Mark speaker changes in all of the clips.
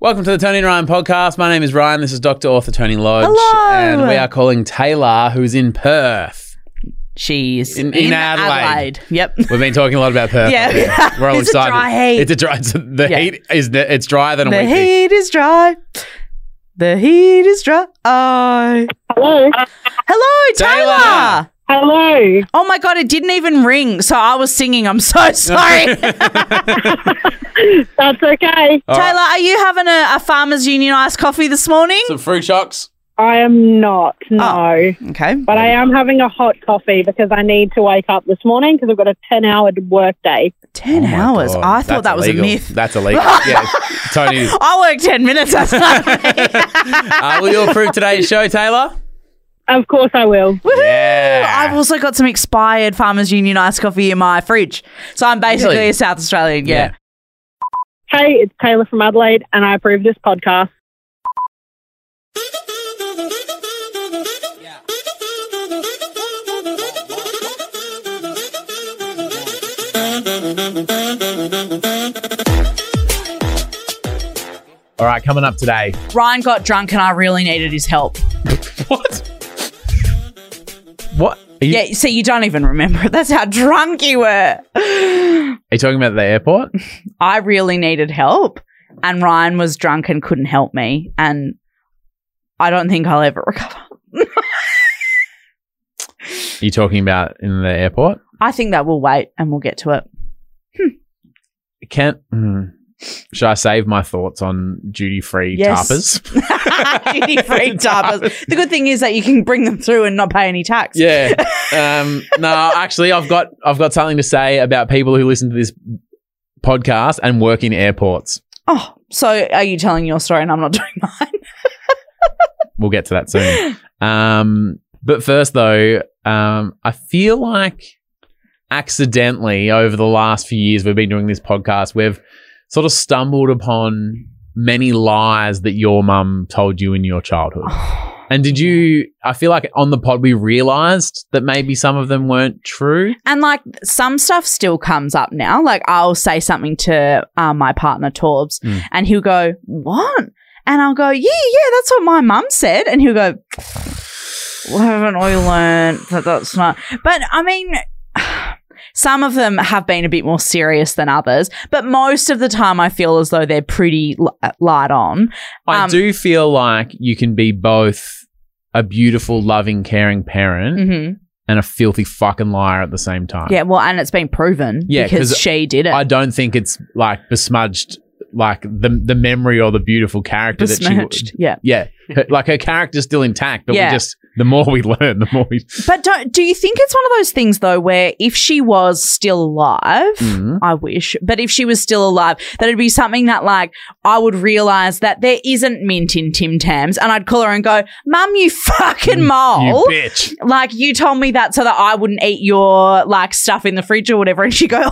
Speaker 1: Welcome to the Tony and Ryan podcast. My name is Ryan. This is Dr. Author Tony Lodge.
Speaker 2: Hello.
Speaker 1: And we are calling Taylor, who's in Perth.
Speaker 2: She's
Speaker 1: In- in Adelaide.
Speaker 2: Yep.
Speaker 1: We've been talking a lot about Perth.
Speaker 2: Yeah.
Speaker 1: lately. We're all
Speaker 2: It's a
Speaker 1: excited.
Speaker 2: dry heat.
Speaker 1: It's a dry it's- The
Speaker 2: Yeah.
Speaker 1: heat is it's drier than a
Speaker 2: The
Speaker 1: week. Heat.
Speaker 2: heat is dry. The heat is dry. Hello,
Speaker 3: Hello. Uh,
Speaker 2: Taylor.
Speaker 1: Taylor.
Speaker 3: Hello.
Speaker 2: Oh my god, it didn't even ring, so I was singing. I'm so sorry, Taylor.
Speaker 3: That's okay.
Speaker 1: All right.
Speaker 2: Are you having a, a farmers union iced coffee this morning?
Speaker 1: Some fruit shocks.
Speaker 3: I am not, no.
Speaker 1: Oh
Speaker 2: Okay.
Speaker 3: But I am having a hot coffee because I need to wake up this morning because I've got a 10 hour work day.
Speaker 2: Ten
Speaker 1: Oh my
Speaker 2: hours.
Speaker 1: God.
Speaker 2: I thought
Speaker 1: That's
Speaker 2: that was
Speaker 1: illegal.
Speaker 2: a myth.
Speaker 1: That's illegal. yeah. Tony, uh,
Speaker 2: I worked ten minutes. That's not
Speaker 1: will you approve today's show, Taylor?
Speaker 3: Of course I will.
Speaker 1: Yeah.
Speaker 2: I've also got some expired Farmers Union iced coffee in my fridge, so I'm basically
Speaker 1: Really?
Speaker 2: a South Australian.
Speaker 1: Yeah.
Speaker 2: Yeah.
Speaker 3: Hey, it's Taylor from Adelaide and I approve this podcast.
Speaker 1: All right, coming up today.
Speaker 2: Ryan got drunk, and I really needed his help.
Speaker 1: What? What? Are you,
Speaker 2: Yeah, see, you don't even remember. That's how drunk you were.
Speaker 1: are you talking about the airport?
Speaker 2: I really needed help, and Ryan was drunk and couldn't help me. And I don't think I'll ever recover.
Speaker 1: Are you talking about in the airport?
Speaker 2: I think that we'll wait and we'll get to it.
Speaker 1: Can mm, should I save my thoughts on duty free
Speaker 2: Yes.
Speaker 1: tarpers?
Speaker 2: Duty free tapas. The good thing is that you can bring them through and not pay any tax.
Speaker 1: Yeah. Um, no, actually, I've got I've got something to say about people who listen to this podcast and work in airports.
Speaker 2: Oh, so are you telling your story and I'm not doing mine?
Speaker 1: We'll get to that soon. Um, but first, though, um, I feel like accidentally over the last few years we've been doing this podcast, we've sort of stumbled upon many lies that your mum told you in your childhood. And did you? I feel like on the pod we realised that maybe some of them weren't true.
Speaker 2: And like some stuff still comes up now. Like I'll say something to uh, my partner Torbs,
Speaker 1: Mm.
Speaker 2: and he'll go, "What?" And I'll go, "Yeah, yeah, that's what my mum said." And he'll go, well, "Haven't we learned that that's not?" But I mean. Some of them have been a bit more serious than others, but most of the time I feel as though they're pretty li- light on.
Speaker 1: I
Speaker 2: Um,
Speaker 1: do feel like you can be both a beautiful, loving, caring parent
Speaker 2: hmm
Speaker 1: and a filthy fucking liar at the same time.
Speaker 2: Yeah, well, and it's been proven
Speaker 1: Yeah,
Speaker 2: because
Speaker 1: 'cause
Speaker 2: she did it.
Speaker 1: I don't think it's like besmudged like the the memory or the beautiful character that she.
Speaker 2: besmirched. Yeah.
Speaker 1: Yeah, her, like her character's still intact, but
Speaker 2: Yeah.
Speaker 1: we just the more we learn, the more we.
Speaker 2: But don't, do you think it's one of those things though, where if she was still alive,
Speaker 1: Mhm.
Speaker 2: I wish, but if she was still alive, that it'd be something that like I would realize that there isn't mint in Tim Tams, and I'd call her and go, "Mum, you fucking mole."
Speaker 1: You bitch.
Speaker 2: like you told me that so that I wouldn't eat your like stuff in the fridge or whatever, and she go,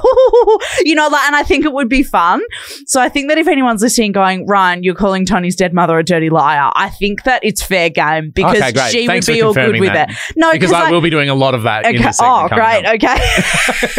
Speaker 2: you know, like, and I think it would be fun. So I think that if anyone's listening, going Ryan, you're calling Tony's dead mother a dirty liar. I think that it's fair game because
Speaker 1: Okay, great.
Speaker 2: she
Speaker 1: Thanks
Speaker 2: would be
Speaker 1: for
Speaker 2: all good
Speaker 1: confirming
Speaker 2: with
Speaker 1: that.
Speaker 2: it. No,
Speaker 1: Because I
Speaker 2: like-
Speaker 1: will be doing a lot of that. in
Speaker 2: Okay.
Speaker 1: this
Speaker 2: Oh,
Speaker 1: segment coming up.
Speaker 2: great. Okay.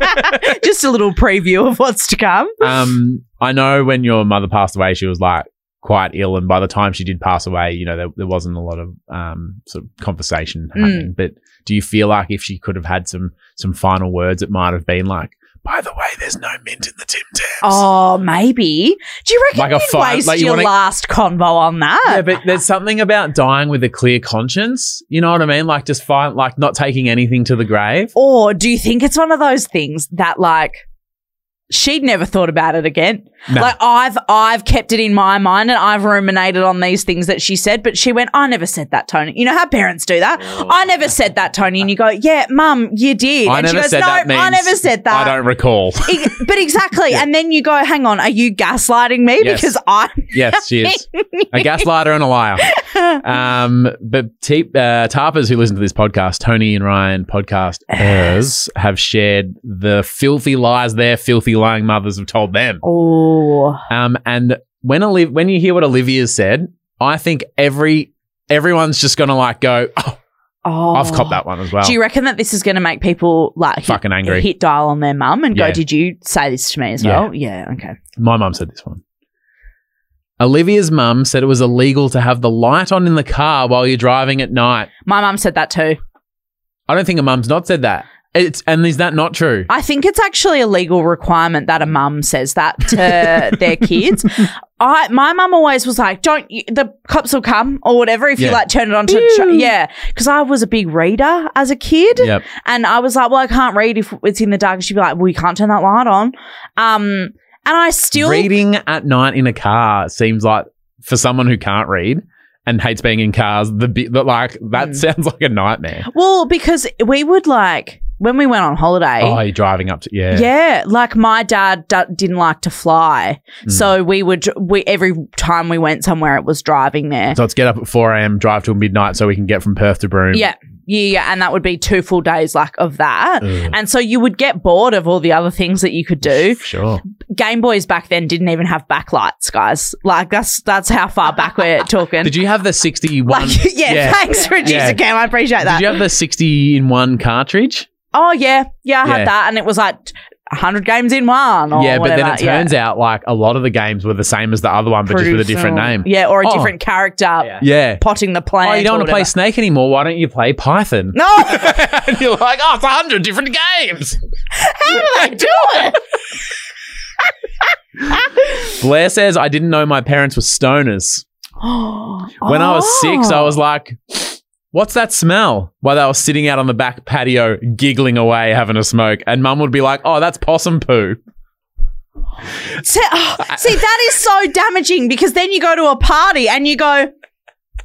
Speaker 2: Just a little preview of what's to come.
Speaker 1: um, I know when your mother passed away, she was like quite ill, and by the time she did pass away, you know there, there wasn't a lot of um sort of conversation
Speaker 2: Mm.
Speaker 1: happening. But do you feel like if she could have had some some final words, it might have been like, "By the way, there's no mint in the Tim Tams."
Speaker 2: Oh, maybe. Do you reckon
Speaker 1: Like a
Speaker 2: you'd
Speaker 1: fi-
Speaker 2: waste
Speaker 1: like you
Speaker 2: your
Speaker 1: wanna-
Speaker 2: last convo on that?
Speaker 1: Yeah, but there's something about dying with a clear conscience. You know what I mean? Like just fine, like not taking anything to the grave.
Speaker 2: or do you think it's one of those things that like she'd never thought about it again?
Speaker 1: No.
Speaker 2: Like I've I've kept it in my mind and I've ruminated on these things that she said, but she went, I never said that, Tony. You know how parents do that? I never said that, Tony. And you go, Yeah, mum, you did.
Speaker 1: Oh. I
Speaker 2: and
Speaker 1: never
Speaker 2: she goes,
Speaker 1: said
Speaker 2: No,
Speaker 1: that. Means
Speaker 2: I never said that.
Speaker 1: I don't recall.
Speaker 2: E- but exactly. And then you go, hang on, are you gaslighting me?
Speaker 1: Yes.
Speaker 2: Because I.
Speaker 1: Yes, she is. a gaslighter and a liar. Um, but te- uh, Tarpers who listen to this podcast, Tony and Ryan podcast, hers, have shared the filthy lies their filthy lying mothers have told them.
Speaker 2: Oh.
Speaker 1: Um, and when Oliv- when you hear what Olivia's said, I think every everyone's just gonna like go, oh,
Speaker 2: Oh.
Speaker 1: I've copped that one as well.
Speaker 2: Do you reckon that this is going to make people like hit,
Speaker 1: Fucking angry.
Speaker 2: hit dial on their mum and
Speaker 1: Yeah.
Speaker 2: go, did you say this to me as
Speaker 1: Yeah.
Speaker 2: well? Yeah. Okay.
Speaker 1: My mum said this one. Olivia's mum said it was illegal to have the light on in the car while you're driving at night.
Speaker 2: My mum said that too.
Speaker 1: I don't think a mum's not said that. It's and is that not true?
Speaker 2: I think it's actually a legal requirement that a mum says that to their kids. I my mum always was like, "Don't you, the cops will come or whatever if you
Speaker 1: Yeah.
Speaker 2: like turn it on to
Speaker 3: Ew.
Speaker 2: yeah." Because I was a big reader as a kid,
Speaker 1: Yep.
Speaker 2: and I was like, "Well, I can't read if it's in the dark." And she'd be like, "Well, you can't turn that light on." Um, and I still
Speaker 1: Reading at night in a car seems like for someone who can't read and hates being in cars, the bit that like that
Speaker 2: Mm.
Speaker 1: sounds like a nightmare.
Speaker 2: well because we would like when we went on holiday.
Speaker 1: Oh, you're driving up to yeah.
Speaker 2: Yeah, like my dad d- didn't like to fly,
Speaker 1: Mm.
Speaker 2: so we would we every time we went somewhere, it was driving there.
Speaker 1: So let's get up at 4 a.m., drive till midnight so we can get from Perth to Broome.
Speaker 2: Yeah, yeah, yeah, and that would be two full days like of that.
Speaker 1: Ugh,
Speaker 2: And so you would get bored of all the other things that you could do.
Speaker 1: Sure.
Speaker 2: Game Boys back then didn't even have backlights, guys. Like that's that's how far back we're talking.
Speaker 1: Did you have the 61?
Speaker 2: like yeah,
Speaker 1: Yeah.
Speaker 2: thanks for introducing
Speaker 1: Yeah.
Speaker 2: Cam. I appreciate that.
Speaker 1: Did you have the 60 in one cartridge?
Speaker 2: oh yeah, yeah, I
Speaker 1: Yeah.
Speaker 2: had that, and it was like hundred games in one. Or
Speaker 1: yeah, but then
Speaker 2: whatever.
Speaker 1: it turns out like a lot of the games were the same as the other one, but just with a
Speaker 2: Pretty
Speaker 1: different
Speaker 2: similar.
Speaker 1: name.
Speaker 2: Yeah, or a
Speaker 1: Oh.
Speaker 2: different character
Speaker 1: Yeah.
Speaker 2: potting the plant.
Speaker 1: Oh, you don't
Speaker 2: or
Speaker 1: want to play
Speaker 2: whatever.
Speaker 1: Snake anymore. Why don't you play Python?
Speaker 2: No.
Speaker 1: and you're like, oh, it's 100 different games.
Speaker 2: How do they do it?
Speaker 1: Blair says, I didn't know my parents were stoners. When I was six,
Speaker 2: Oh.
Speaker 1: I was like, What's that smell? While they were sitting out on the back patio, giggling away, having a smoke. And mum would be like, Oh, that's possum poo.
Speaker 2: See, oh, see, that is so damaging because then you go to a party and you go,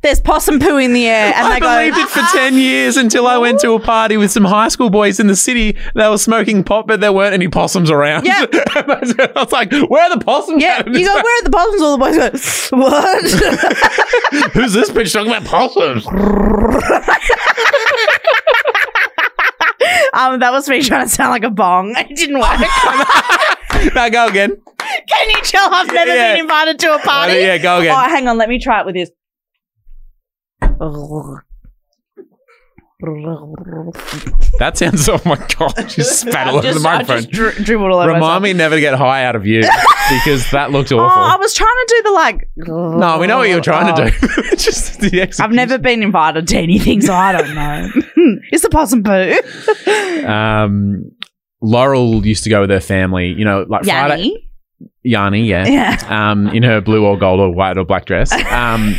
Speaker 2: there's possum poo in the air. And
Speaker 1: I
Speaker 2: they go, "Ah."
Speaker 1: believed it for 10 years until I went to a party with some high school boys in the city. They were smoking pot, but there weren't any possums around.
Speaker 2: Yeah.
Speaker 1: I was like, Where are the possums?
Speaker 2: Yeah,
Speaker 1: at?"
Speaker 2: you go, where are the possums? All the boys go, what?
Speaker 1: Who's this bitch talking about possums?
Speaker 2: um, that was me trying to sound like a bong. It didn't work.
Speaker 1: now go again.
Speaker 2: Can you tell I've never
Speaker 1: Yeah.
Speaker 2: been invited to a
Speaker 1: Oh,
Speaker 2: party?
Speaker 1: yeah, go again.
Speaker 2: Oh, hang on. Let me try it with this.
Speaker 1: That sounds. Oh my god! She spat all over the
Speaker 2: I
Speaker 1: microphone.
Speaker 2: just dri- dribbled all over myself.
Speaker 1: Remind me never to get high out of you because that looked
Speaker 2: Oh, I
Speaker 1: awful.
Speaker 2: was trying to do the like.
Speaker 1: no, we know what you're trying
Speaker 2: Oh.
Speaker 1: to do. It's just the execution.
Speaker 2: I've never been invited to anything, so I don't know. it's the possum poo.
Speaker 1: Um, Laurel used to go with her family. You know, like Friday.
Speaker 2: Yanni.
Speaker 1: Yanni, yeah.
Speaker 2: Yeah.
Speaker 1: Um, in her blue or gold or white or black dress. Um,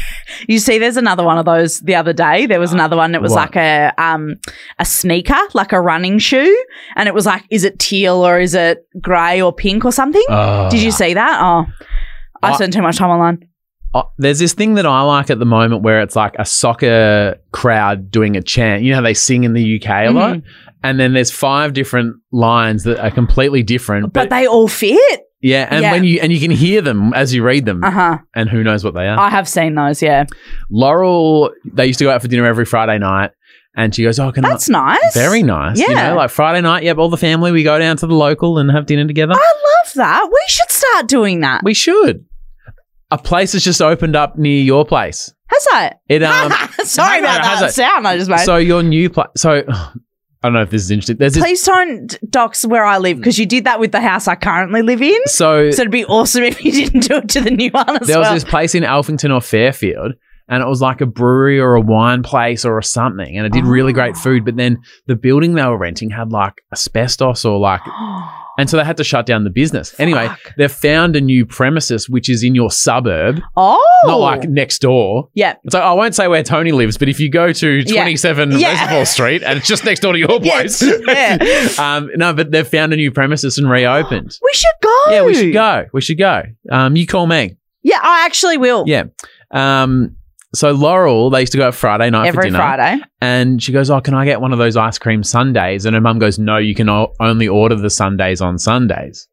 Speaker 2: You see, there's another one of those the other day. There was another one. It was
Speaker 1: What?
Speaker 2: like a um a sneaker, like a running shoe, and it was like, is it teal or is it grey or pink or something?
Speaker 1: oh.
Speaker 2: Did you see that? Oh, I
Speaker 1: I-
Speaker 2: spent too much time online.
Speaker 1: Oh, there's this thing that I like at the moment where it's like a soccer crowd doing a chant. You know how they sing in the UK
Speaker 2: Mm-hmm.
Speaker 1: a lot, and then there's five different lines that are completely different.
Speaker 2: But
Speaker 1: But,
Speaker 2: they all fit.
Speaker 1: yeah, and
Speaker 2: yeah.
Speaker 1: when you and you can hear them as you read them,
Speaker 2: Uh huh.
Speaker 1: and who knows what they are.
Speaker 2: I have seen those. Yeah,
Speaker 1: Laurel, they used to go out for dinner every Friday night, and she goes, "Oh, can
Speaker 2: that's nice.
Speaker 1: I?" Very nice. You
Speaker 2: Yeah.
Speaker 1: know, like Friday night, yep, all the family, we go down to the local and have dinner together.
Speaker 2: I love that. We should start doing that.
Speaker 1: We should. A place has just opened up near your place.
Speaker 2: How's that?
Speaker 1: It um
Speaker 2: Sorry
Speaker 1: hang on,
Speaker 2: about
Speaker 1: how's
Speaker 2: that
Speaker 1: that?
Speaker 2: sound I just made.
Speaker 1: so your new place. So I don't know if this is interesting. There's this
Speaker 2: Please don't dox where I live because you did that with the house I currently live in.
Speaker 1: so
Speaker 2: So it'd be awesome if you didn't do it to the new one as
Speaker 1: there was
Speaker 2: well.
Speaker 1: this place in Alphington or Fairfield, and it was like a brewery or a wine place or something, and it did really great
Speaker 2: Oh.
Speaker 1: food. But then the building they were renting had like asbestos or like, and so they had to shut down the business. Anyway,
Speaker 2: Fuck.
Speaker 1: they've found a new premises which is in your suburb,
Speaker 2: oh,
Speaker 1: not like next door.
Speaker 2: yeah,
Speaker 1: It's like oh, I won't say where Tony lives, but if you go to
Speaker 2: Yeah.
Speaker 1: 27
Speaker 2: Yeah.
Speaker 1: Reservoir Street and it's just next door to your
Speaker 2: Yeah,
Speaker 1: place.
Speaker 2: yeah.
Speaker 1: um, no, but they've found a new premises and reopened.
Speaker 2: we should go.
Speaker 1: Yeah, we should go. We should go. Um, you call me.
Speaker 2: Yeah, I actually will.
Speaker 1: Yeah. Um, so Laurel, they used to go out Friday night for
Speaker 2: every
Speaker 1: dinner,
Speaker 2: Friday.
Speaker 1: and she goes, "Oh, can I get one of those ice cream sundays?" And her mum goes, "No, you can o- only order the sundays on Sundays."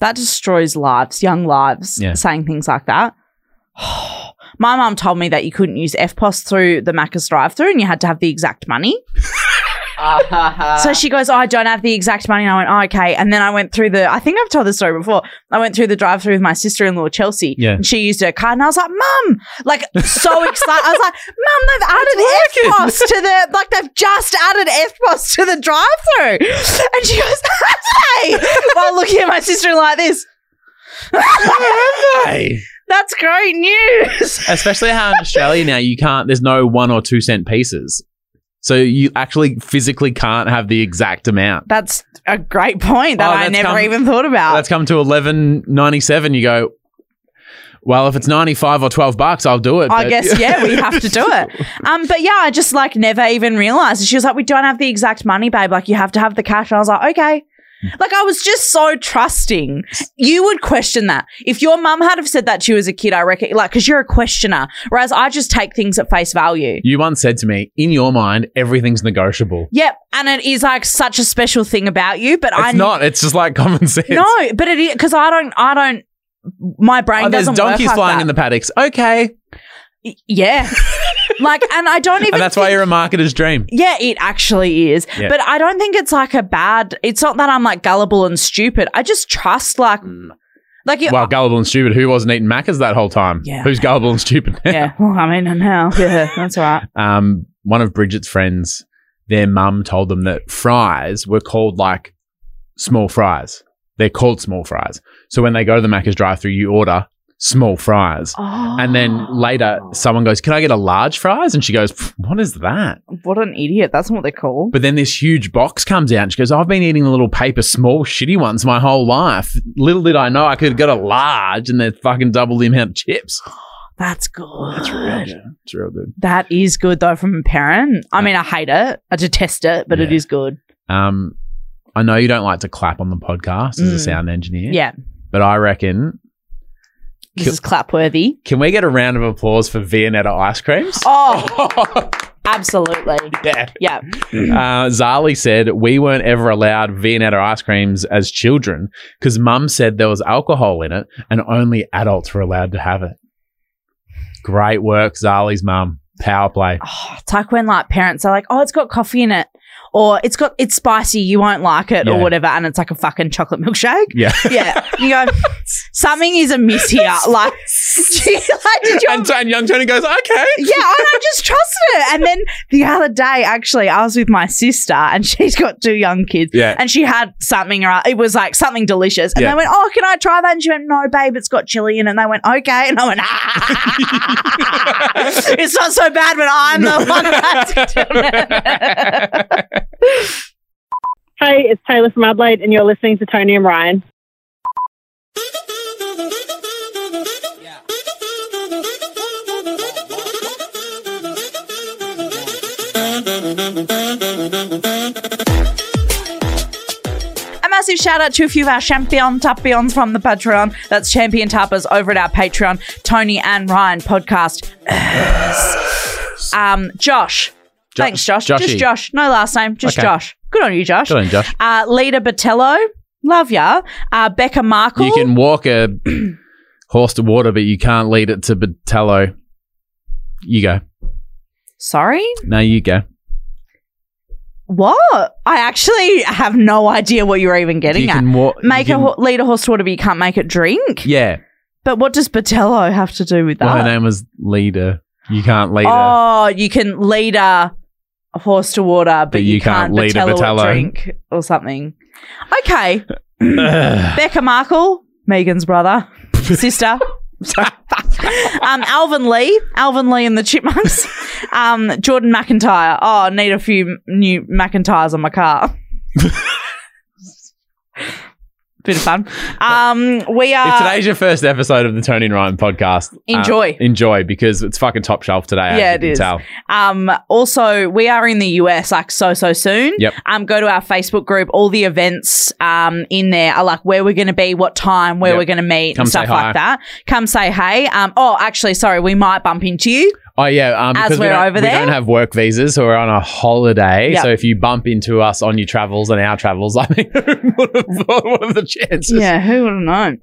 Speaker 2: That destroys lives, young lives.
Speaker 1: Yeah.
Speaker 2: Saying things like that. My mum told me that you couldn't use FPOS through the Macca's drive-through, and you had to have the exact money.
Speaker 1: Uh,
Speaker 2: So she goes, oh, I don't have the exact money. And I went, oh, okay. And then I went through the, I think I've told this story before. I went through the drive through with my sister in law, Chelsea.
Speaker 1: Yeah.
Speaker 2: And she used her card. And I was like, Mum, like so excited. I was like, Mum, they've added FPOS to the, like they've just added FPOS to the drive through. And she goes, hey, while looking at my sister in law like this.
Speaker 1: Hey.
Speaker 2: That's great news.
Speaker 1: Especially how in Australia now you can't. There's no one or two cent pieces, so you actually physically can't have the exact amount.
Speaker 2: That's a great point that
Speaker 1: Oh,
Speaker 2: I
Speaker 1: that's
Speaker 2: never
Speaker 1: come-
Speaker 2: even thought about.
Speaker 1: That's come to eleven ninety seven. You go. Well, if it's ninety five or twelve bucks, I'll do it.
Speaker 2: I
Speaker 1: but-
Speaker 2: guess yeah, we have to do it. Um, but yeah, I just like never even realized. And she was like, "We don't have the exact money, babe. Like you have to have the cash." And I was like, "Okay."
Speaker 1: Hmm.
Speaker 2: Like I was just so trusting. You would question that if your mum had have said that to you as a kid. I reckon, like, because you're a questioner, whereas I just take things at face value.
Speaker 1: You once said to me, in your mind, everything's negotiable.
Speaker 2: Yep, and it is like such a special thing about you. But
Speaker 1: It's
Speaker 2: I
Speaker 1: not. It's just like common sense.
Speaker 2: no, but it is because I don't. I don't. My brain
Speaker 1: Oh, there's
Speaker 2: doesn't
Speaker 1: donkeys
Speaker 2: work like
Speaker 1: flying
Speaker 2: that.
Speaker 1: in the paddocks. Okay,
Speaker 2: Y- Yeah, like, and I don't even.
Speaker 1: and that's why you're a marketer's dream.
Speaker 2: Yeah, it actually is.
Speaker 1: Yeah.
Speaker 2: But I don't think it's like a bad. It's not that I'm like gullible and stupid. I just trust like,
Speaker 1: Mm.
Speaker 2: like you.
Speaker 1: Well, gullible and stupid. Who wasn't eating macas that whole time?
Speaker 2: Yeah.
Speaker 1: Who's gullible and stupid? now?
Speaker 2: yeah. Well, I mean, now, yeah, that's all right.
Speaker 1: um, one of Bridget's friends, their mum told them that fries were called like small fries. They're called small fries. So when they go to the Macca's drive-through, you order small fries.
Speaker 2: Oh,
Speaker 1: And then later, someone goes, "Can I get a large fries?" And she goes, "Pff, "What is that?"
Speaker 2: Oh, what an idiot! That's not what they're called.
Speaker 1: But then this huge box comes out, and she goes, "Oh, "I've been eating the little paper small shitty ones my whole life. Little did I know I could have got a large, and they're fucking double the amount of chips.
Speaker 2: That's good. That's
Speaker 1: It's real good."
Speaker 2: That is good though from a parent. I mean, I hate it. I detest it, but it
Speaker 1: Yeah.
Speaker 2: is good.
Speaker 1: Um, I know you don't like to clap on the podcast as a
Speaker 2: Mm.
Speaker 1: sound engineer.
Speaker 2: Yeah,
Speaker 1: But I reckon,
Speaker 2: this
Speaker 1: Kill-
Speaker 2: is clapworthy.
Speaker 1: can we get a round of applause for Viennetta ice creams?
Speaker 2: Oh, absolutely.
Speaker 1: yeah.
Speaker 2: Yeah.
Speaker 1: Uh, Zali said, We weren't ever allowed Viennetta ice creams as children because mum said there was alcohol in it and only adults were allowed to have it. Great work, Zali's mum. Power play.
Speaker 2: oh, it's like when like parents are like, oh, it's got coffee in it, or it's got it's spicy, you won't like it,
Speaker 1: Yeah.
Speaker 2: or whatever, and it's like a fucking chocolate milkshake.
Speaker 1: Yeah.
Speaker 2: yeah. You go, something is amiss here. Like, gee, like did you?
Speaker 1: And, and young Tony goes, Okay.
Speaker 2: yeah, and I just trusted it. And then the other day, actually, I was with my sister, and she's got two young kids.
Speaker 1: Yeah.
Speaker 2: And she had something, or it was like something delicious. And
Speaker 1: Yeah.
Speaker 2: they went, "Oh, can I try that?" And she went, "No, babe, it's got chili in." it." And they went, "Okay." And I went, ah, "It's not so bad when I'm the one that's doing it."
Speaker 3: Hey, it's Taylor from Adelaide, and you're listening to Tony and Ryan.
Speaker 2: A massive shout out to a few of our champion tapions from the Patreon. That's champion tappers over at our Patreon, Tony and Ryan podcast. um, Josh. Thanks, Josh. Just
Speaker 1: Joshy.
Speaker 2: Josh. No last name. Just
Speaker 1: Okay.
Speaker 2: Josh. Good on you, Josh.
Speaker 1: Good on you, Josh.
Speaker 2: Uh, Lita Botello. Love ya. Uh, Becca Markle.
Speaker 1: You can walk a horse to water, but you can't lead it to Batello. You go.
Speaker 2: Sorry?
Speaker 1: No, you go.
Speaker 2: What? I actually have no idea what you're even getting
Speaker 1: you
Speaker 2: at.
Speaker 1: can walk.
Speaker 2: Make a ho- lead a horse to water, but you can't make it drink.
Speaker 1: Yeah.
Speaker 2: But what does Botello have to do with that?
Speaker 1: Well, her name was Leader. You can't lead her.
Speaker 2: Ah. Oh, you can lead a horse to water, but, you, can't, lead
Speaker 1: a
Speaker 2: a
Speaker 1: Vitello.
Speaker 2: drink or something. Okay,
Speaker 1: Ugh.
Speaker 2: Becca Markle, Megan's brother, sister. Sorry. um, Alvin Lee, Alvin Lee and the Chipmunks. Um, Jordan McIntyre. Oh, need a few new McIntyres on my car. Bit of fun. Um, we
Speaker 1: if
Speaker 2: are
Speaker 1: today's your first episode of the Tony and Ryan podcast, uh,
Speaker 2: Enjoy.
Speaker 1: enjoy because it's fucking top shelf today.
Speaker 2: Yeah,
Speaker 1: Yeah,
Speaker 2: it
Speaker 1: it can
Speaker 2: is.
Speaker 1: Tell.
Speaker 2: Um, also, we are in the US like so so soon.
Speaker 1: Yep.
Speaker 2: Um, go to our Facebook group. All the events um in there are like where we're going to be, what time, where
Speaker 1: Yep.
Speaker 2: we're going to meet,
Speaker 1: Come
Speaker 2: and
Speaker 1: say
Speaker 2: stuff
Speaker 1: hi.
Speaker 2: like that. Come say hey. Um. Oh, actually, sorry, we might bump into you.
Speaker 1: Oh yeah, um,
Speaker 2: As
Speaker 1: because we
Speaker 2: we're
Speaker 1: don't-
Speaker 2: over
Speaker 1: we
Speaker 2: there.
Speaker 1: don't have work visas, so we're on a holiday.
Speaker 2: Yep.
Speaker 1: So if you bump into us on your travels and our travels, I think what are what are the chances?
Speaker 2: who would have known?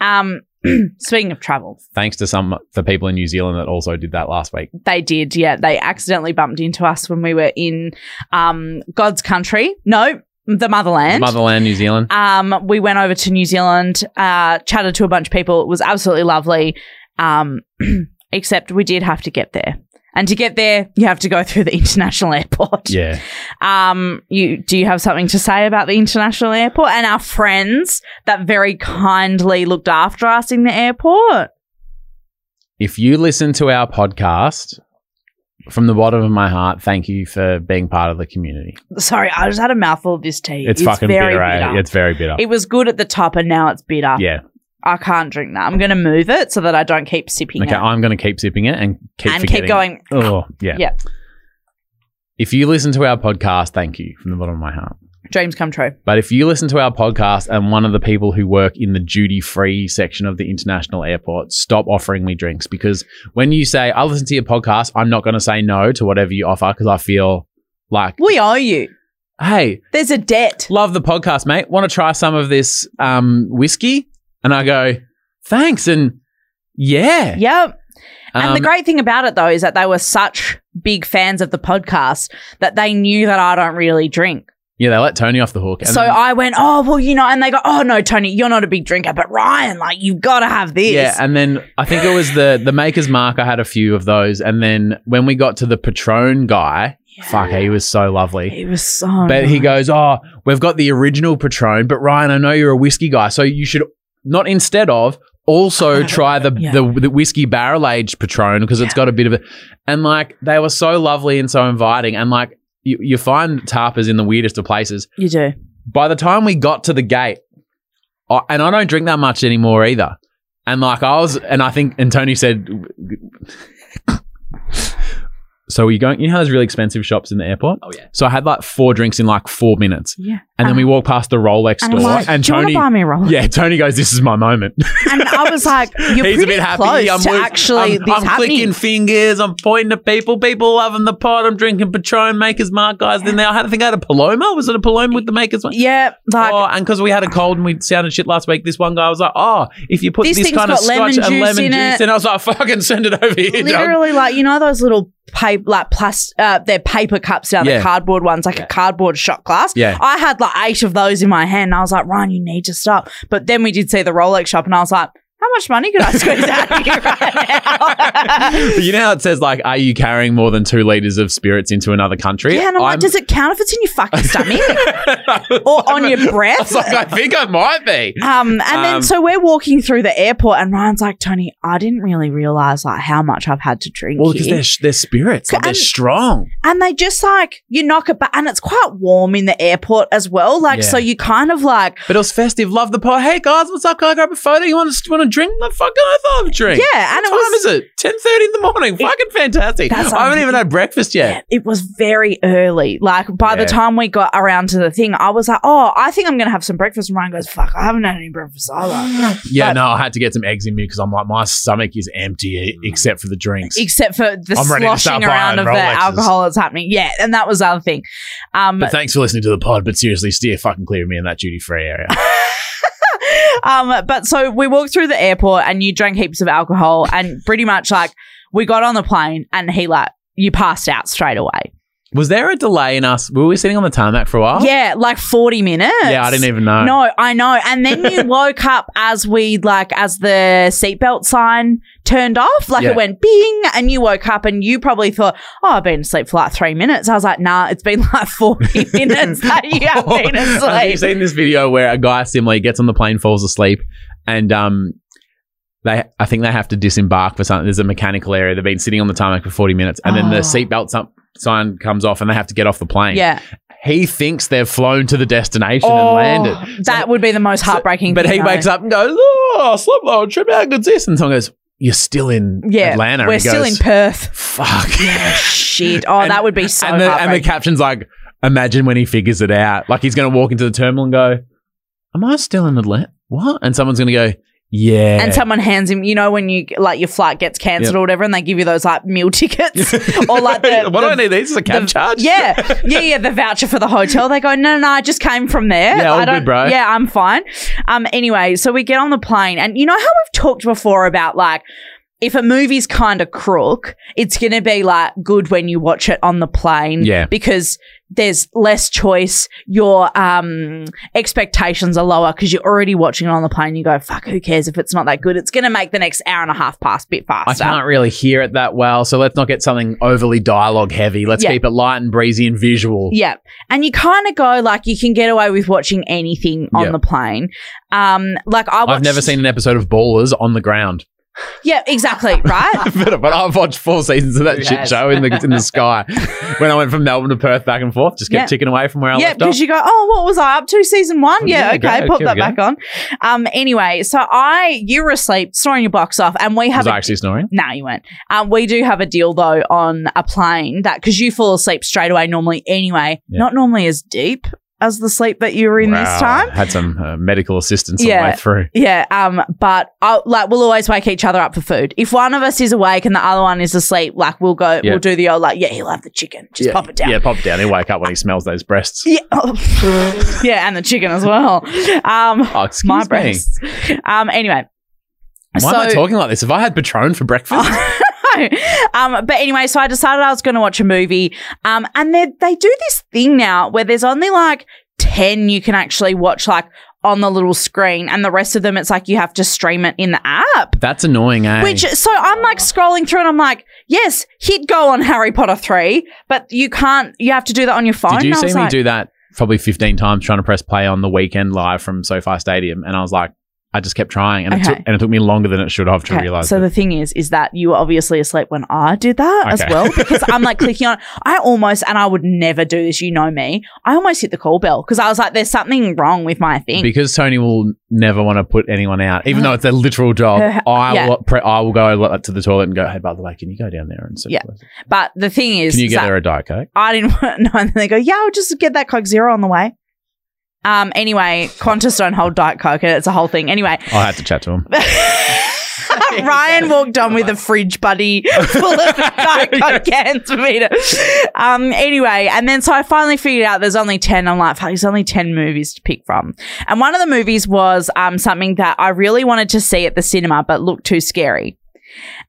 Speaker 2: Um. Speaking of travel,
Speaker 1: Thanks to some the people in New Zealand that also did that last week.
Speaker 2: they did. Yeah, they accidentally bumped into us when we were in um God's country. No, the motherland.
Speaker 1: Motherland, New Zealand.
Speaker 2: Um, we went over to New Zealand, uh, chatted to a bunch of people. It was absolutely lovely. Um, except we did have to get there And to get there, you have to go through the international airport.
Speaker 1: Yeah.
Speaker 2: Um, you do you have something to say about the international airport and our friends that very kindly looked after us in the airport?
Speaker 1: If you listen to our podcast, from the bottom of my heart, thank you for being part of the community.
Speaker 2: Sorry, I just had a mouthful of this tea.
Speaker 1: It's, fucking
Speaker 2: very
Speaker 1: bitter, eh?
Speaker 2: bitter.
Speaker 1: It's very bitter.
Speaker 2: It was good at the top, and now it's bitter.
Speaker 1: yeah.
Speaker 2: I can't drink that. I'm going to move it so that I don't keep sipping
Speaker 1: Okay.
Speaker 2: it
Speaker 1: I'm going to keep sipping it and keep
Speaker 2: and
Speaker 1: forgetting.
Speaker 2: keep going.
Speaker 1: Oh, yeah.
Speaker 2: Yeah.
Speaker 1: If you listen to our podcast, thank you from the bottom of my heart.
Speaker 2: Dreams come true.
Speaker 1: But if you listen to our podcast and one of the people who work in the duty free section of the international airport, stop offering me drinks because when you say, I'll listen to your podcast, I'm not going to say no to whatever you offer because I feel like,
Speaker 2: We owe you.
Speaker 1: hey,
Speaker 2: There's a debt.
Speaker 1: love the podcast, mate. Want to try some of this um, whiskey? And I go, thanks. And yeah.
Speaker 2: Yep. And the
Speaker 1: Um,
Speaker 2: great thing about it, though, is that they were such big fans of the podcast that they knew that I don't really drink.
Speaker 1: yeah, they let Tony off the hook. And
Speaker 2: so
Speaker 1: then-
Speaker 2: I went, oh, well, you know, and they go, oh, no, Tony, you're not a big drinker, but Ryan, like, you've got to have this.
Speaker 1: Yeah, and then I think it was the the Maker's Mark. I had a few of those, and then when we got to the Patron guy,
Speaker 2: Yeah.
Speaker 1: fuck, he was so lovely.
Speaker 2: He was so.
Speaker 1: But he
Speaker 2: nice.
Speaker 1: goes, "Oh, we've got the original Patron, but Ryan, I know you're a whiskey guy, so you should not instead of also try the
Speaker 2: Yeah.
Speaker 1: the, the whiskey barrel aged Patron because it's got a bit of a." And like they were so lovely and so inviting, and like you, you find tarpers in the weirdest of places.
Speaker 2: You do.
Speaker 1: By the time we got to the gate, I, and I don't drink that much anymore either. And like I was, and I think, and Tony said. So you going? You know how there's really expensive shops in the airport.
Speaker 4: Oh, yeah.
Speaker 1: So I had like four drinks in like four minutes.
Speaker 2: Yeah.
Speaker 1: And then we walk past the Rolex
Speaker 2: Uh-huh.
Speaker 1: store,
Speaker 2: And I'm like,
Speaker 1: and
Speaker 2: do
Speaker 1: Tony,
Speaker 2: you want to buy me a roll?
Speaker 1: yeah, Tony goes, "This is my moment."
Speaker 2: And I was like, you're
Speaker 1: He's a
Speaker 2: pretty
Speaker 1: bit happy.
Speaker 2: close
Speaker 1: I'm
Speaker 2: to
Speaker 1: with-
Speaker 2: actually
Speaker 1: I'm,
Speaker 2: this
Speaker 1: I'm
Speaker 2: happening.
Speaker 1: clicking fingers. I'm pointing to people. People loving the pot. I'm drinking Patron, Maker's Mark, guys. Then they, I had- I think I had a Paloma. Was it a Paloma with the Maker's Mark?
Speaker 2: yeah, like
Speaker 1: oh, and because we had a cold and we sounded shit last week, this one guy was like, "Oh, if you put
Speaker 2: This
Speaker 1: this,
Speaker 2: thing's
Speaker 1: kind of
Speaker 2: got lemon
Speaker 1: scotch and
Speaker 2: juice
Speaker 1: lemon
Speaker 2: in
Speaker 1: juice,"
Speaker 2: it.
Speaker 1: and I was like, "Fucking send it over here." Dom."
Speaker 2: literally like you know those little paper like plastic uh, they're paper cups now
Speaker 1: Yeah.
Speaker 2: the cardboard ones like
Speaker 4: Yeah.
Speaker 2: a cardboard shot glass
Speaker 1: Yeah.
Speaker 2: i had like eight of those in my hand and i was like ryan you need to stop but then we did see the rolex shop and i was like how much money could i squeeze out of you right now
Speaker 1: But you know how it says like, "Are you carrying more than two liters of spirits into another country?"
Speaker 2: yeah and i'm, like does it count if it's in your fucking stomach or on your
Speaker 1: I
Speaker 2: breath
Speaker 1: was like, I think I might be.
Speaker 2: um, and then
Speaker 1: Um,
Speaker 2: so we're walking through the airport, and Ryan's like, "Tony, I didn't really realize like how much I've had to drink."
Speaker 1: Well, because
Speaker 2: here."
Speaker 1: they're, they're spirits, like, they're
Speaker 2: And-
Speaker 1: strong.
Speaker 2: and they just like you knock it back and it's quite warm in the airport as well like
Speaker 1: Yeah.
Speaker 2: so you kind of like
Speaker 1: But it was festive. Love the pot. Hey guys, what's up? Can I grab a photo? You want to want to drink? The fucking I thought of a drink.
Speaker 2: yeah and
Speaker 1: What
Speaker 2: it
Speaker 1: time
Speaker 2: was
Speaker 1: is it? Ten thirty in the morning. fucking fantastic. I
Speaker 2: That's
Speaker 1: haven't
Speaker 2: what I'm
Speaker 1: even
Speaker 2: thinking.
Speaker 1: had breakfast yet.
Speaker 2: it was very early like by the
Speaker 1: Yeah.
Speaker 2: time we got around to the thing i was like oh i think i'm gonna have some breakfast and ryan goes fuck i haven't had any breakfast either
Speaker 1: Yeah,
Speaker 2: But-
Speaker 1: no, I had to get some eggs in me because I'm like my stomach is empty
Speaker 2: Mm.
Speaker 1: e- except for the drinks.
Speaker 2: except for the
Speaker 1: I'm ready to start
Speaker 2: sloshing around
Speaker 1: buying
Speaker 2: of the
Speaker 1: Rolexes.
Speaker 2: alcohol that's happening yeah and that was the other thing um
Speaker 1: but thanks for listening to the pod. But seriously, steer fucking clear of me in that duty free area.
Speaker 2: um, but so we walked through the airport and you drank heaps of alcohol and pretty much like we got on the plane and he like you passed out straight away.
Speaker 1: Was there a delay in us? Were we sitting on the tarmac for a while?
Speaker 2: Yeah, like forty minutes.
Speaker 1: Yeah, I didn't even know.
Speaker 2: No, I know. And then you woke up as we like as the seatbelt sign turned off, like
Speaker 1: Yeah.
Speaker 2: it went bing, and you woke up and you probably thought, "Oh, I've been asleep for like three minutes." I was like, "Nah, it's been like forty minutes that you have
Speaker 1: Oh,
Speaker 2: been
Speaker 1: Have you
Speaker 2: asleep."
Speaker 1: seen this video where a guy similarly gets on the plane, falls asleep, and um, they I think they have to disembark for something. There's a mechanical area. They've been sitting on the tarmac for 40 minutes, and then the
Speaker 2: Oh.
Speaker 1: seatbelt up- sign comes off, and they have to get off the plane.
Speaker 2: Yeah, Oh.
Speaker 1: He thinks they've flown to the destination and landed.
Speaker 2: That would be the most heartbreaking.
Speaker 1: But
Speaker 2: thing
Speaker 1: he
Speaker 2: though.
Speaker 1: wakes up and goes, "Oh, I slept the whole trip. How good's this?" And someone goes, "You're still in
Speaker 2: Yeah,
Speaker 1: Atlanta."
Speaker 2: We're
Speaker 1: and he
Speaker 2: still in
Speaker 1: goes,
Speaker 2: Perth.
Speaker 1: Fuck.
Speaker 2: Shit. Oh,
Speaker 1: And-
Speaker 2: that would be so
Speaker 1: and, the, and the
Speaker 2: heartbreaking.
Speaker 1: caption's like, imagine when he figures it out. Like he's going to walk into the terminal and go, Am I still in Atlanta? What? And someone's going to go, Yeah.
Speaker 2: And someone hands him, you know, when you like your flight gets cancelled or whatever, and they give you those like meal tickets or like the,
Speaker 1: what
Speaker 2: the-
Speaker 1: do I need? These is a cab
Speaker 2: the-
Speaker 1: charge?
Speaker 2: Yeah, yeah, yeah. The voucher for the hotel. They go, no, no, no. I just came from there.
Speaker 1: Yeah, all
Speaker 2: I don't,
Speaker 1: good, bro."
Speaker 2: Yeah, I'm fine. Um. Anyway, so we get on the plane, and you know how we've talked before about like if a movie's kind of crook, it's going to be like good when you watch it on the plane.
Speaker 1: Yeah.
Speaker 2: Because there's less choice. Your um, expectations are lower because you're already watching it on the plane. You go, fuck, who cares if it's not that good? It's going to make the next hour and a half pass a bit
Speaker 1: I
Speaker 2: faster.
Speaker 1: can't really hear it that well, so let's not get something overly dialogue heavy. Let's
Speaker 2: Yeah.
Speaker 1: keep it light and breezy and visual.
Speaker 2: Yeah. And you kind of go like you can get away with watching anything on
Speaker 1: Yeah.
Speaker 2: the plane. Um, like I watched,
Speaker 1: I've never seen an episode of Ballers on the ground,
Speaker 2: Yeah, exactly. Right.
Speaker 1: but, but I've watched four seasons of that
Speaker 4: Who
Speaker 1: shit
Speaker 4: has?
Speaker 1: show in the in the sky. when I went from Melbourne to Perth back and forth, just kept
Speaker 2: Yeah.
Speaker 1: ticking away from where I
Speaker 2: yeah,
Speaker 1: left off.
Speaker 2: because you go, oh, what was I up to? Season one. Yeah,
Speaker 1: Yeah,
Speaker 2: okay,
Speaker 1: great,
Speaker 2: pop
Speaker 1: keep
Speaker 2: that
Speaker 1: going.
Speaker 2: back on. Um, anyway, so I you were asleep, snoring your box off, and we have
Speaker 1: Was
Speaker 2: a
Speaker 1: I actually snoring?
Speaker 2: No, you weren't. Um, we do have a deal though on a plane that because you fall asleep straight away normally anyway,
Speaker 1: Yeah.
Speaker 2: not normally as deep as the sleep that you were in
Speaker 1: Wow,
Speaker 2: this time.
Speaker 1: Had some uh, medical assistance on
Speaker 2: Yeah.
Speaker 1: the way through.
Speaker 2: Yeah, um, but i like we'll always wake each other up for food. If one of us is awake and the other one is asleep, like we'll go,
Speaker 1: Yeah.
Speaker 2: we'll do the old like, yeah, he'll have the chicken, just pop it down.
Speaker 1: Yeah, pop it down. He'll wake up when he smells those breasts.
Speaker 2: Yeah, oh. yeah, and the chicken as well. Um,
Speaker 1: Oh, excuse
Speaker 2: my
Speaker 1: me.
Speaker 2: breasts. Um, anyway,
Speaker 1: Why am I
Speaker 2: So- Oh.
Speaker 1: talking like this? Have I had Patron for breakfast?
Speaker 2: um, but anyway, so I decided I was going to watch a movie. Um, and they they do this thing now where there's only like ten you can actually watch like on the little screen, and the rest of them it's like you have to stream it in the app.
Speaker 1: That's annoying, eh?
Speaker 2: Which so I'm like scrolling through and I'm like, yes, hit go on Harry Potter three, but you can't. You have to do that on your phone.
Speaker 1: Did you
Speaker 2: And I
Speaker 1: see
Speaker 2: was
Speaker 1: me
Speaker 2: like,
Speaker 1: do that probably 15 times trying to press play on the weekend live from SoFi Stadium? And I was like, I just kept trying, and it took
Speaker 2: Okay.
Speaker 1: and it took me longer than it should have to
Speaker 2: Okay,
Speaker 1: realize.
Speaker 2: so
Speaker 1: that.
Speaker 2: the thing is, is that you were obviously asleep when I did that as
Speaker 1: Okay.
Speaker 2: well because I'm like clicking on. I almost and I would never do this. You know me. I almost hit the call bell because I was like, "There's something wrong with my thing."
Speaker 1: because Tony will never want to put anyone out, even though it's their literal
Speaker 2: Her-
Speaker 1: job. I
Speaker 2: yeah.
Speaker 1: will pre- I will go like, to the toilet and go, hey, by the way, can you go down there and sit?
Speaker 2: Yeah.
Speaker 1: please?
Speaker 2: but the thing is,
Speaker 1: Can you
Speaker 2: is
Speaker 1: get
Speaker 2: that
Speaker 1: her a diet coke?
Speaker 2: I didn't want to know. And then they go, "Yeah, I'll just get that Coke Zero on the way." Um. Anyway, Qantas don't hold Diet Coke, and it's a whole thing. Anyway,
Speaker 1: I had to chat to him.
Speaker 2: Ryan walked on with a fridge buddy full of Diet Coke cans for me to. Um, anyway, and then so I finally figured out there's only 10. I'm like, fuck, there's only 10 movies to pick from. And one of the movies was um, something that I really wanted to see at the cinema, but looked too scary.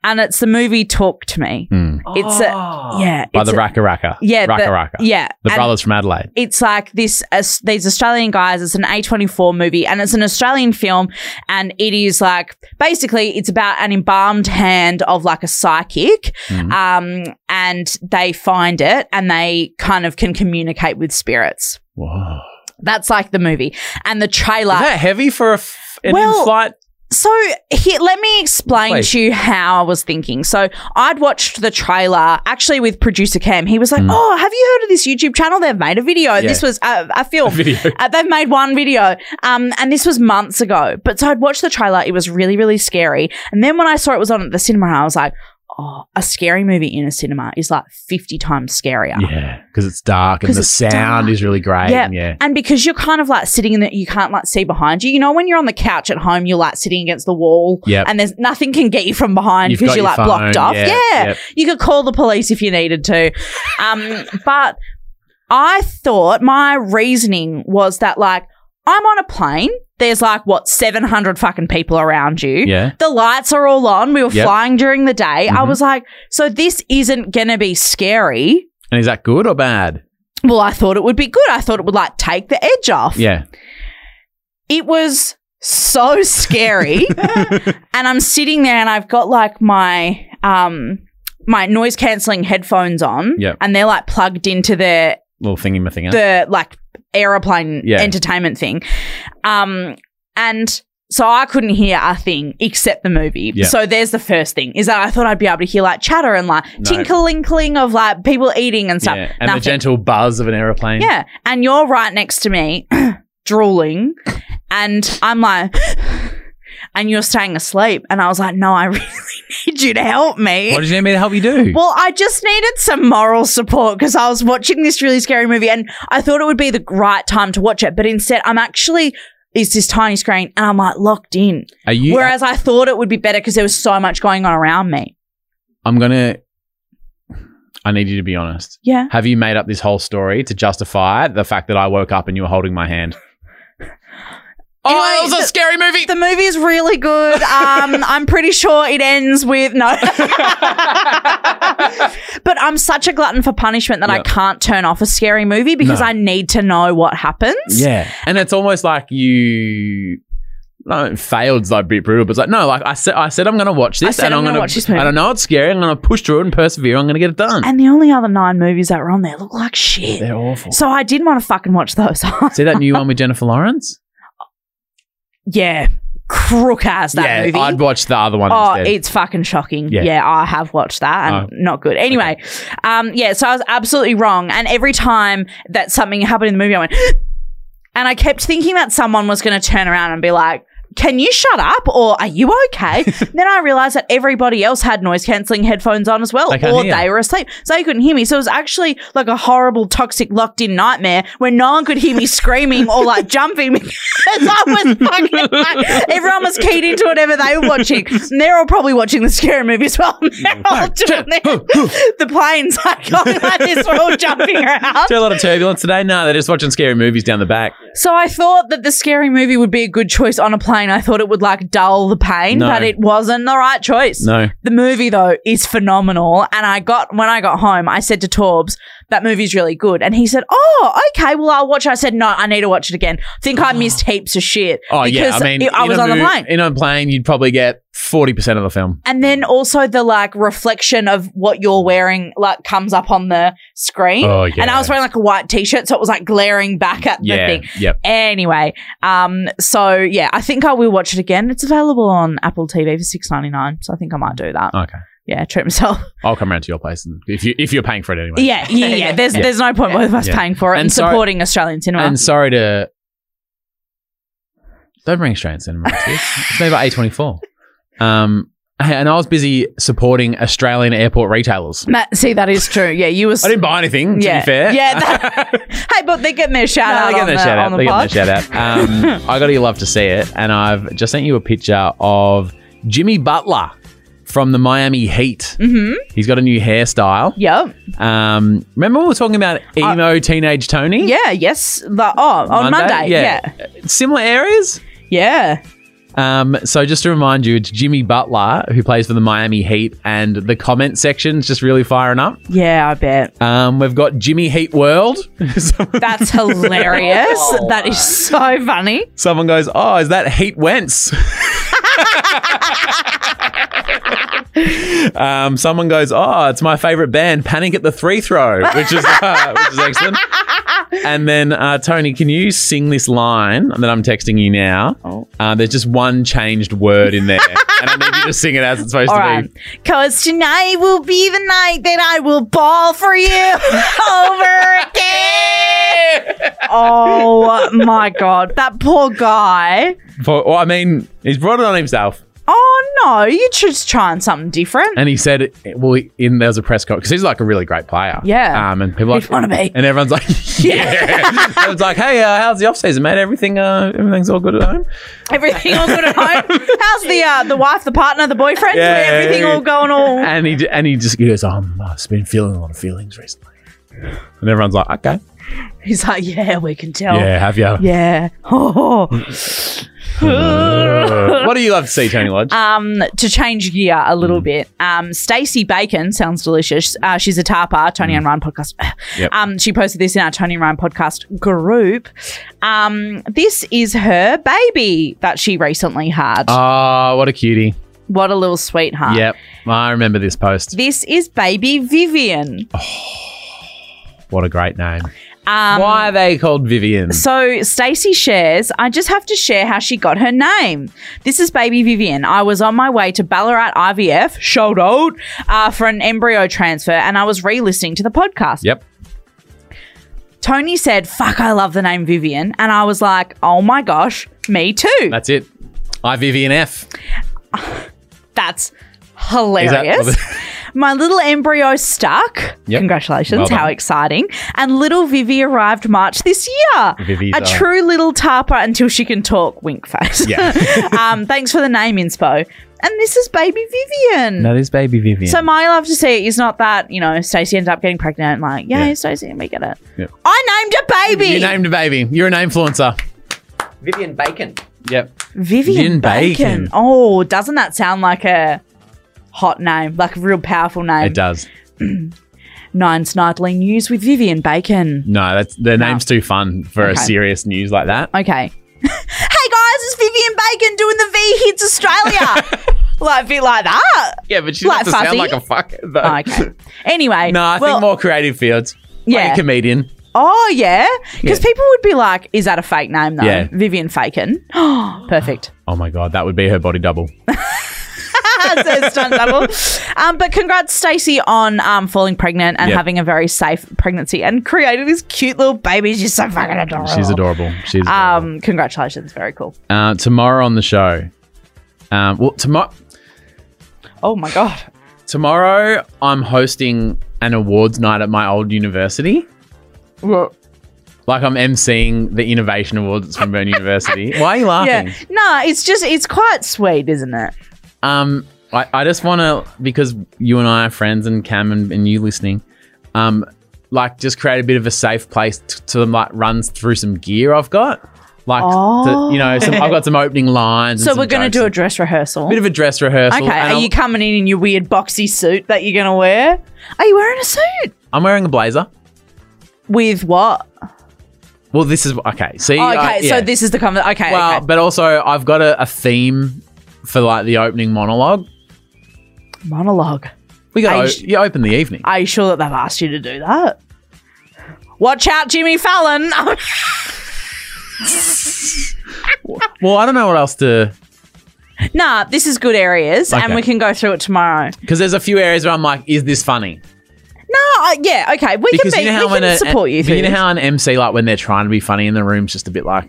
Speaker 2: And it's the movie Talk to Me.
Speaker 1: Mm.
Speaker 2: It's a- Yeah.
Speaker 1: By
Speaker 2: it's
Speaker 1: the
Speaker 2: a-
Speaker 1: Raka Raka.
Speaker 2: Yeah,
Speaker 1: Raka
Speaker 2: the-
Speaker 1: Raka.
Speaker 2: Yeah.
Speaker 1: The
Speaker 2: and-
Speaker 1: brothers from Adelaide.
Speaker 2: it's like this as these Australian guys. It's an A24 movie and it's an Australian film. And it is like basically it's about an embalmed hand of like a psychic.
Speaker 1: Mhm.
Speaker 2: Um, and they find it and they kind of can communicate with spirits.
Speaker 1: Whoa.
Speaker 2: Uh, That's like the movie and the trailer.
Speaker 1: Is that heavy for a f- an
Speaker 2: Well,
Speaker 1: in-flight?
Speaker 2: So here, let me explain
Speaker 1: Please.
Speaker 2: to you how I was thinking. So I'd watched the trailer actually with producer Cam. He was like,
Speaker 1: Mm.
Speaker 2: "Oh, have you heard of this YouTube channel? They've made a video. This was a, a film.
Speaker 1: Video.
Speaker 2: Uh, they've made one video, um, and this was months ago. But so I'd watched the trailer; it was really, really scary. And then when I saw it was on at the cinema, I was like, "Oh, a scary movie in a cinema is like fifty times scarier."
Speaker 1: Yeah, because it's dark and
Speaker 2: 'Cause
Speaker 1: the
Speaker 2: it's
Speaker 1: sound
Speaker 2: dark.
Speaker 1: is really great. Yeah.
Speaker 2: Yeah.
Speaker 1: yeah.
Speaker 2: And because you're kind of like sitting in the, you can't like see behind you. You know, when you're on the couch at home, you're like sitting against the wall
Speaker 1: Yep.
Speaker 2: and there's nothing can get you from behind
Speaker 1: You've
Speaker 2: because
Speaker 1: got
Speaker 2: you're
Speaker 1: your
Speaker 2: like blocked
Speaker 1: phone,
Speaker 2: off.
Speaker 1: yeah,
Speaker 2: Yeah.
Speaker 1: yep.
Speaker 2: You could call the police if you needed to. Um, but I thought my reasoning was that like I'm on a plane. There's like what 700 fucking people around you.
Speaker 1: Yeah.
Speaker 2: The lights are all on. We were
Speaker 1: Yep.
Speaker 2: flying during the day. I
Speaker 1: Mhm.
Speaker 2: was like, so this isn't going to be scary.
Speaker 1: And is that good or bad?
Speaker 2: Well, I thought it would be good. I thought it would like take the edge off
Speaker 1: Yeah.
Speaker 2: it was so scary and i'm sitting there and i've got like my um my noise cancelling headphones on
Speaker 1: Yep.
Speaker 2: and they're like plugged into the
Speaker 1: Little thingy my thing.
Speaker 2: the like aeroplane
Speaker 1: Yeah.
Speaker 2: entertainment thing um and so I couldn't hear a thing except the movie.
Speaker 1: Yeah.
Speaker 2: So there's the first thing is that I thought I'd be able to hear like chatter and like
Speaker 1: No.
Speaker 2: tinkling of like people eating and stuff.
Speaker 1: Yeah. And the
Speaker 2: Nothing.
Speaker 1: gentle buzz of an aeroplane.
Speaker 2: Yeah. And you're right next to me, drooling. And I'm like, and you're staying asleep. And I was like, no, I really need you to help me.
Speaker 1: What did you need me to help you do?
Speaker 2: well, I just needed some moral support because I was watching this really scary movie and I thought it would be the right time to watch it. But instead, I'm actually, it's this tiny screen and I'm like locked in.
Speaker 1: Are you?
Speaker 2: Whereas I thought it would be better because there was so much going on around me.
Speaker 1: I'm gonna. I need you to be honest.
Speaker 2: Yeah.
Speaker 1: Have you made up this whole story to justify the fact that I woke up and you were holding my hand? Oh,
Speaker 2: Anyway,
Speaker 1: that was a
Speaker 2: the-
Speaker 1: scary movie.
Speaker 2: The movie is really good. Um, I'm pretty sure it ends with no. but I'm such a glutton for punishment that I
Speaker 1: Yeah.
Speaker 2: can't turn off a scary movie because
Speaker 1: No.
Speaker 2: I need to know what happens.
Speaker 1: yeah, and it's almost like you. No, failed's like a bit brutal, but it's like no, like I said, I said I'm going to watch this,
Speaker 2: said
Speaker 1: and
Speaker 2: I'm
Speaker 1: I'm,
Speaker 2: gonna
Speaker 1: going to
Speaker 2: watch this movie.
Speaker 1: And I know it's scary. I'm going to push through it and persevere. I'm going to get it done.
Speaker 2: And the only other nine movies that were on there look like shit.
Speaker 1: They're awful.
Speaker 2: so I did want to fucking watch those.
Speaker 1: See that new one with Jennifer Lawrence?
Speaker 2: yeah, crook ass that
Speaker 1: yeah,
Speaker 2: movie.
Speaker 1: I'd watch the other one
Speaker 2: Oh,
Speaker 1: instead.
Speaker 2: it's fucking shocking. Yeah.
Speaker 1: Yeah.
Speaker 2: I have watched that and
Speaker 1: Oh.
Speaker 2: not good. Anyway, um, yeah, so I was absolutely wrong. And every time that something happened in the movie, I went, and I kept thinking that someone was going to turn around and be like, can you shut up or are you okay? then I realized that everybody else had noise cancelling headphones on as well,
Speaker 1: They can't
Speaker 2: or
Speaker 1: hear.
Speaker 2: they were asleep. So they couldn't hear me. So it was actually like a horrible, toxic, locked in nightmare where no one could hear me screaming or like jumping because I was fucking like, everyone was keyed into whatever they were watching. And they're all probably watching the scary movie as well. And
Speaker 1: Mm.
Speaker 2: they're all doing their, the planes like going like this. We're all jumping around.
Speaker 1: Do a lot of turbulence today. No, they're just watching scary movies down the back.
Speaker 2: So I thought that the scary movie would be a good choice on a plane. I thought it would like dull the pain,
Speaker 1: No.
Speaker 2: but it wasn't the right choice.
Speaker 1: No,
Speaker 2: The movie though is phenomenal, and I got when I got home, I said to Torbs, "That movie's really good," and he said, "Oh, okay, well I'll watch." it." I said, "No, I need to watch it again. think I missed heaps of shit."
Speaker 1: oh yeah, I mean,
Speaker 2: it- I
Speaker 1: in
Speaker 2: was
Speaker 1: a
Speaker 2: on the
Speaker 1: mo-
Speaker 2: plane,
Speaker 1: In a plane, you'd probably get forty percent of the film.
Speaker 2: and then also the like reflection of what you're wearing like comes up on the screen,
Speaker 1: Oh yeah,
Speaker 2: and I was wearing like a white t-shirt, so it was like glaring back at the
Speaker 1: yeah,
Speaker 2: thing.
Speaker 1: yep.
Speaker 2: Anyway, um, so yeah, I think I will watch it again. It's available on Apple TV for six ninety nine, so I think I might do that.
Speaker 1: Okay,
Speaker 2: Yeah, treat myself.
Speaker 1: I'll come round to your place and if you if you're paying for it anyway.
Speaker 2: Yeah, yeah, yeah. There's
Speaker 1: Yeah.
Speaker 2: there's no point both of us
Speaker 1: Yeah.
Speaker 2: paying for it and,
Speaker 1: And sorry-
Speaker 2: supporting Australian cinema.
Speaker 1: And sorry to. Don't bring Australian cinema into this. It's made by A24. Um, and I was busy supporting Australian airport retailers.
Speaker 2: Matt, see, that is true. Yeah, you were.
Speaker 1: I didn't buy anything, to
Speaker 2: Yeah.
Speaker 1: be fair.
Speaker 2: Yeah, hey, but they're getting their shout out
Speaker 1: No,
Speaker 2: on,
Speaker 1: they're
Speaker 2: the,
Speaker 1: getting
Speaker 2: on the
Speaker 1: their
Speaker 2: pod.
Speaker 1: shout out. They're getting their shout out. Um, I got to love to see it, and I've just sent you a picture of Jimmy Butler from the Miami Heat.
Speaker 2: Mm-hmm.
Speaker 1: He's got a new hairstyle.
Speaker 2: Yep. Uh,
Speaker 1: Um, remember we were talking about emo teenage Tony?
Speaker 2: Yeah. Yes. The, oh, on Monday. Yeah.
Speaker 1: Similar areas.
Speaker 2: Yeah.
Speaker 1: Um, so just to remind you, it's Jimmy Butler who plays for the Miami Heat, and the comment section's just really firing up.
Speaker 2: Yeah. I bet
Speaker 1: Um, we've got Jimmy Heat World. Someone-
Speaker 2: that's hilarious. that is so funny.
Speaker 1: Someone goes, "Oh, is that Heat Wentz?" um, someone goes, "Oh, it's my favorite band, Panic at the Three Throw," which is uh, which is excellent. And then uh, Tony, can you sing this line that I'm texting you now? Uh, there's just one changed word in there, and I need you to sing it as it's supposed
Speaker 2: All
Speaker 1: to
Speaker 2: right.
Speaker 1: be.
Speaker 2: Cause tonight will be the night that I will ball for you over again. oh my god, that poor guy.
Speaker 1: For, well, I mean, he's brought it on himself,
Speaker 2: Oh no, you just trying something different.
Speaker 1: and he said, "Well, in there was a press conference because he's like a really great player,
Speaker 2: Yeah.
Speaker 1: Um, and people are
Speaker 2: He'd
Speaker 1: like,
Speaker 2: wanna be.
Speaker 1: and everyone's like, "Yeah." Everyone's like, "Hey, uh, how's the off season, mate? Everything, uh, everything's all good at home."
Speaker 2: Everything all good at home. How's the uh, the wife, the partner, the boyfriend?
Speaker 1: Yeah, yeah,
Speaker 2: Everything
Speaker 1: yeah.
Speaker 2: all going all.
Speaker 1: And he d- and he just he goes, "Um, I've been feeling a lot of feelings recently," and everyone's like, "Okay,
Speaker 2: He's like, yeah, we can tell.
Speaker 1: yeah, have you?"
Speaker 2: Oh. Yeah. Oh.
Speaker 1: Mm. what do you love to see, Tony Lodge?
Speaker 2: um, to change gear a little
Speaker 1: Mm.
Speaker 2: bit, um, Stacey Bacon sounds delicious. Uh, she's a tarpa, Tony and Ryan podcast.
Speaker 1: Mm. Yep.
Speaker 2: Um, she posted this in our Tony and Ryan podcast group. Um, this is her baby that she recently had.
Speaker 1: Oh, what a cutie!
Speaker 2: what a little sweetheart.
Speaker 1: Yep, I remember this post.
Speaker 2: This is baby Vivian.
Speaker 1: What a great name!
Speaker 2: Um,
Speaker 1: Why are they called Vivian?
Speaker 2: So Stacey shares, I just have to share how she got her name. This is baby Vivian. I was on my way to Ballarat IVF, shout out, uh, for an embryo transfer, and I was re-listening to the podcast.
Speaker 1: Yep.
Speaker 2: Tony said, fuck, I love the name Vivian. And I was like, oh my gosh, me too.
Speaker 1: That's it. I Vivian F.
Speaker 2: That's
Speaker 1: Is that-
Speaker 2: hilarious. My little embryo stuck.
Speaker 1: Yep.
Speaker 2: Congratulations.
Speaker 1: Well done.
Speaker 2: How exciting. And little Vivi arrived March this year.
Speaker 1: Vivi's
Speaker 2: a
Speaker 1: are-
Speaker 2: true little tarpa until she can talk, wink face.
Speaker 1: Yeah.
Speaker 2: um, thanks for the name inspo. And this is baby Vivian.
Speaker 1: that is baby Vivian.
Speaker 2: So my love to see it is not that, you know, Stacey ends up getting pregnant and like, yay,
Speaker 1: Yeah.
Speaker 2: Stacey, we get it.
Speaker 1: Yep.
Speaker 2: I named a baby.
Speaker 1: You named a baby. You're an influencer.
Speaker 4: Vivian Bacon.
Speaker 1: Yep.
Speaker 2: Vivian
Speaker 1: Vivian
Speaker 2: Bacon.
Speaker 1: Bacon.
Speaker 2: Oh, doesn't that sound like a hot name? Like a real powerful name.
Speaker 1: It does.
Speaker 2: Nine Snidely News with Vivian Bacon.
Speaker 1: No, that's the name's too fun for a
Speaker 2: Okay.
Speaker 1: serious news like that.
Speaker 2: Okay. hey guys, it's Vivian Bacon doing the V Hits Australia. like a bit like that.
Speaker 1: Yeah, but she
Speaker 2: Like
Speaker 1: doesn't sound
Speaker 2: fuzzy?
Speaker 1: like a fuck. though.
Speaker 2: Oh, okay. Anyway.
Speaker 1: No, I
Speaker 2: well-
Speaker 1: think more creative fields. Like
Speaker 2: Yeah.
Speaker 1: a comedian.
Speaker 2: Oh yeah, because
Speaker 1: Yeah.
Speaker 2: people would be like, "Is that a fake name though?"
Speaker 1: Yeah.
Speaker 2: Vivian Faken. Perfect.
Speaker 1: Oh my god, that would be her body double.
Speaker 2: so it's done double. Um, but congrats, Stacey, on um, falling pregnant and
Speaker 1: Yeah.
Speaker 2: having a very safe pregnancy and creating this cute little baby. She's so fucking adorable.
Speaker 1: She's adorable. She's adorable.
Speaker 2: Um, congratulations, very cool.
Speaker 1: Uh, tomorrow on the show. Um, well, tomorrow
Speaker 2: Oh my god.
Speaker 1: tomorrow I'm hosting an awards night at my old university.
Speaker 2: Well,
Speaker 1: Like I'm MCing the Innovation Awards at Swinburne University. Why are you laughing?
Speaker 2: yeah. No, it's just it's quite sweet, isn't it?
Speaker 1: Um, I, I just want to because you and I are friends, and Cam and, and you listening, um, like just create a bit of a safe place t- to like run through some gear I've got, like
Speaker 2: Oh.
Speaker 1: to, you know, some, I've got some opening lines. and
Speaker 2: So
Speaker 1: some
Speaker 2: we're gonna
Speaker 1: jokes
Speaker 2: do a
Speaker 1: and-
Speaker 2: dress rehearsal.
Speaker 1: bit of a dress rehearsal.
Speaker 2: okay.
Speaker 1: and
Speaker 2: Are
Speaker 1: I'll-
Speaker 2: you coming in in your weird boxy suit that you're gonna wear? Are you wearing a suit
Speaker 1: I'm wearing a blazer.
Speaker 2: with what?
Speaker 1: Well, this is okay. See,
Speaker 2: Oh, okay,
Speaker 1: I-
Speaker 2: so
Speaker 1: yeah.
Speaker 2: this is the comment. Okay,
Speaker 1: Well,
Speaker 2: okay.
Speaker 1: but also I've got a, a theme for like the opening monologue.
Speaker 2: Monologue.
Speaker 1: We
Speaker 2: Are
Speaker 1: got
Speaker 2: you
Speaker 1: to
Speaker 2: sh-
Speaker 1: you open the evening.
Speaker 2: Are you sure that they've asked you to do that? Watch out, Jimmy Fallon.
Speaker 1: well, I don't know what else to.
Speaker 2: nah, this is good areas, and
Speaker 1: Okay.
Speaker 2: we can go through it tomorrow.
Speaker 1: Because there's a few areas where I'm like, is this funny?
Speaker 2: No, I, yeah, okay, we
Speaker 1: Because
Speaker 2: can be,
Speaker 1: you know how
Speaker 2: we
Speaker 1: when
Speaker 2: can
Speaker 1: a,
Speaker 2: support you
Speaker 1: but
Speaker 2: through.
Speaker 1: you know
Speaker 2: this.
Speaker 1: how an MC like when they're trying to be funny in the room's just a bit like,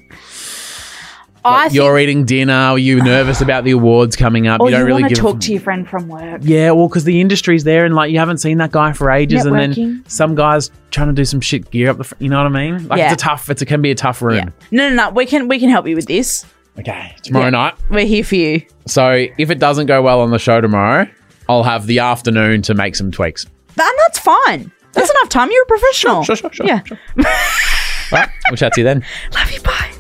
Speaker 2: I think,
Speaker 1: you're eating dinner, you're nervous about the awards coming up,
Speaker 2: or
Speaker 1: you
Speaker 2: you,
Speaker 1: don't really
Speaker 2: want
Speaker 1: give
Speaker 2: to
Speaker 1: a
Speaker 2: talk
Speaker 1: f-
Speaker 2: to your friend from work.
Speaker 1: yeah, well, because the industry's there and like you haven't seen that guy for ages, and then
Speaker 2: Networking.
Speaker 1: some guys trying to do some shit gear up the, fr- you know what I mean? Like
Speaker 2: Yeah.
Speaker 1: it's a tough, it's, it can be a tough
Speaker 2: Yeah.
Speaker 1: room.
Speaker 2: No, no, no. We can we can help you with this.
Speaker 1: Okay, tomorrow
Speaker 2: Yeah.
Speaker 1: night.
Speaker 2: We're here for you.
Speaker 1: So if it doesn't go well on the show tomorrow, I'll have the afternoon to make some tweaks.
Speaker 2: Th- And that's fine. That's enough time. You're a professional.
Speaker 1: Sure, sure, sure.
Speaker 2: Yeah.
Speaker 1: sure. All right, we'll chat to you then.
Speaker 2: Love you. Bye.